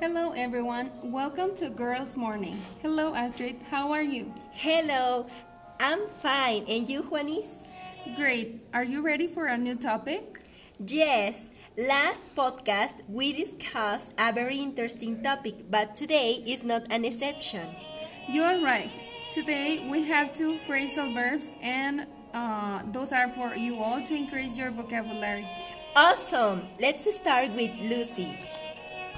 Hello, everyone. Welcome to Girls Morning. Hello, Astrid. How are you? Hello, I'm fine. And you, Juanis? Great. Are you ready for a new topic? Yes, last podcast we discussed a very interesting topic, but today is not an exception. You are right. Today we have two phrasal verbs, and uh, those are for you all to increase your vocabulary. Awesome! Let's start with Lucy.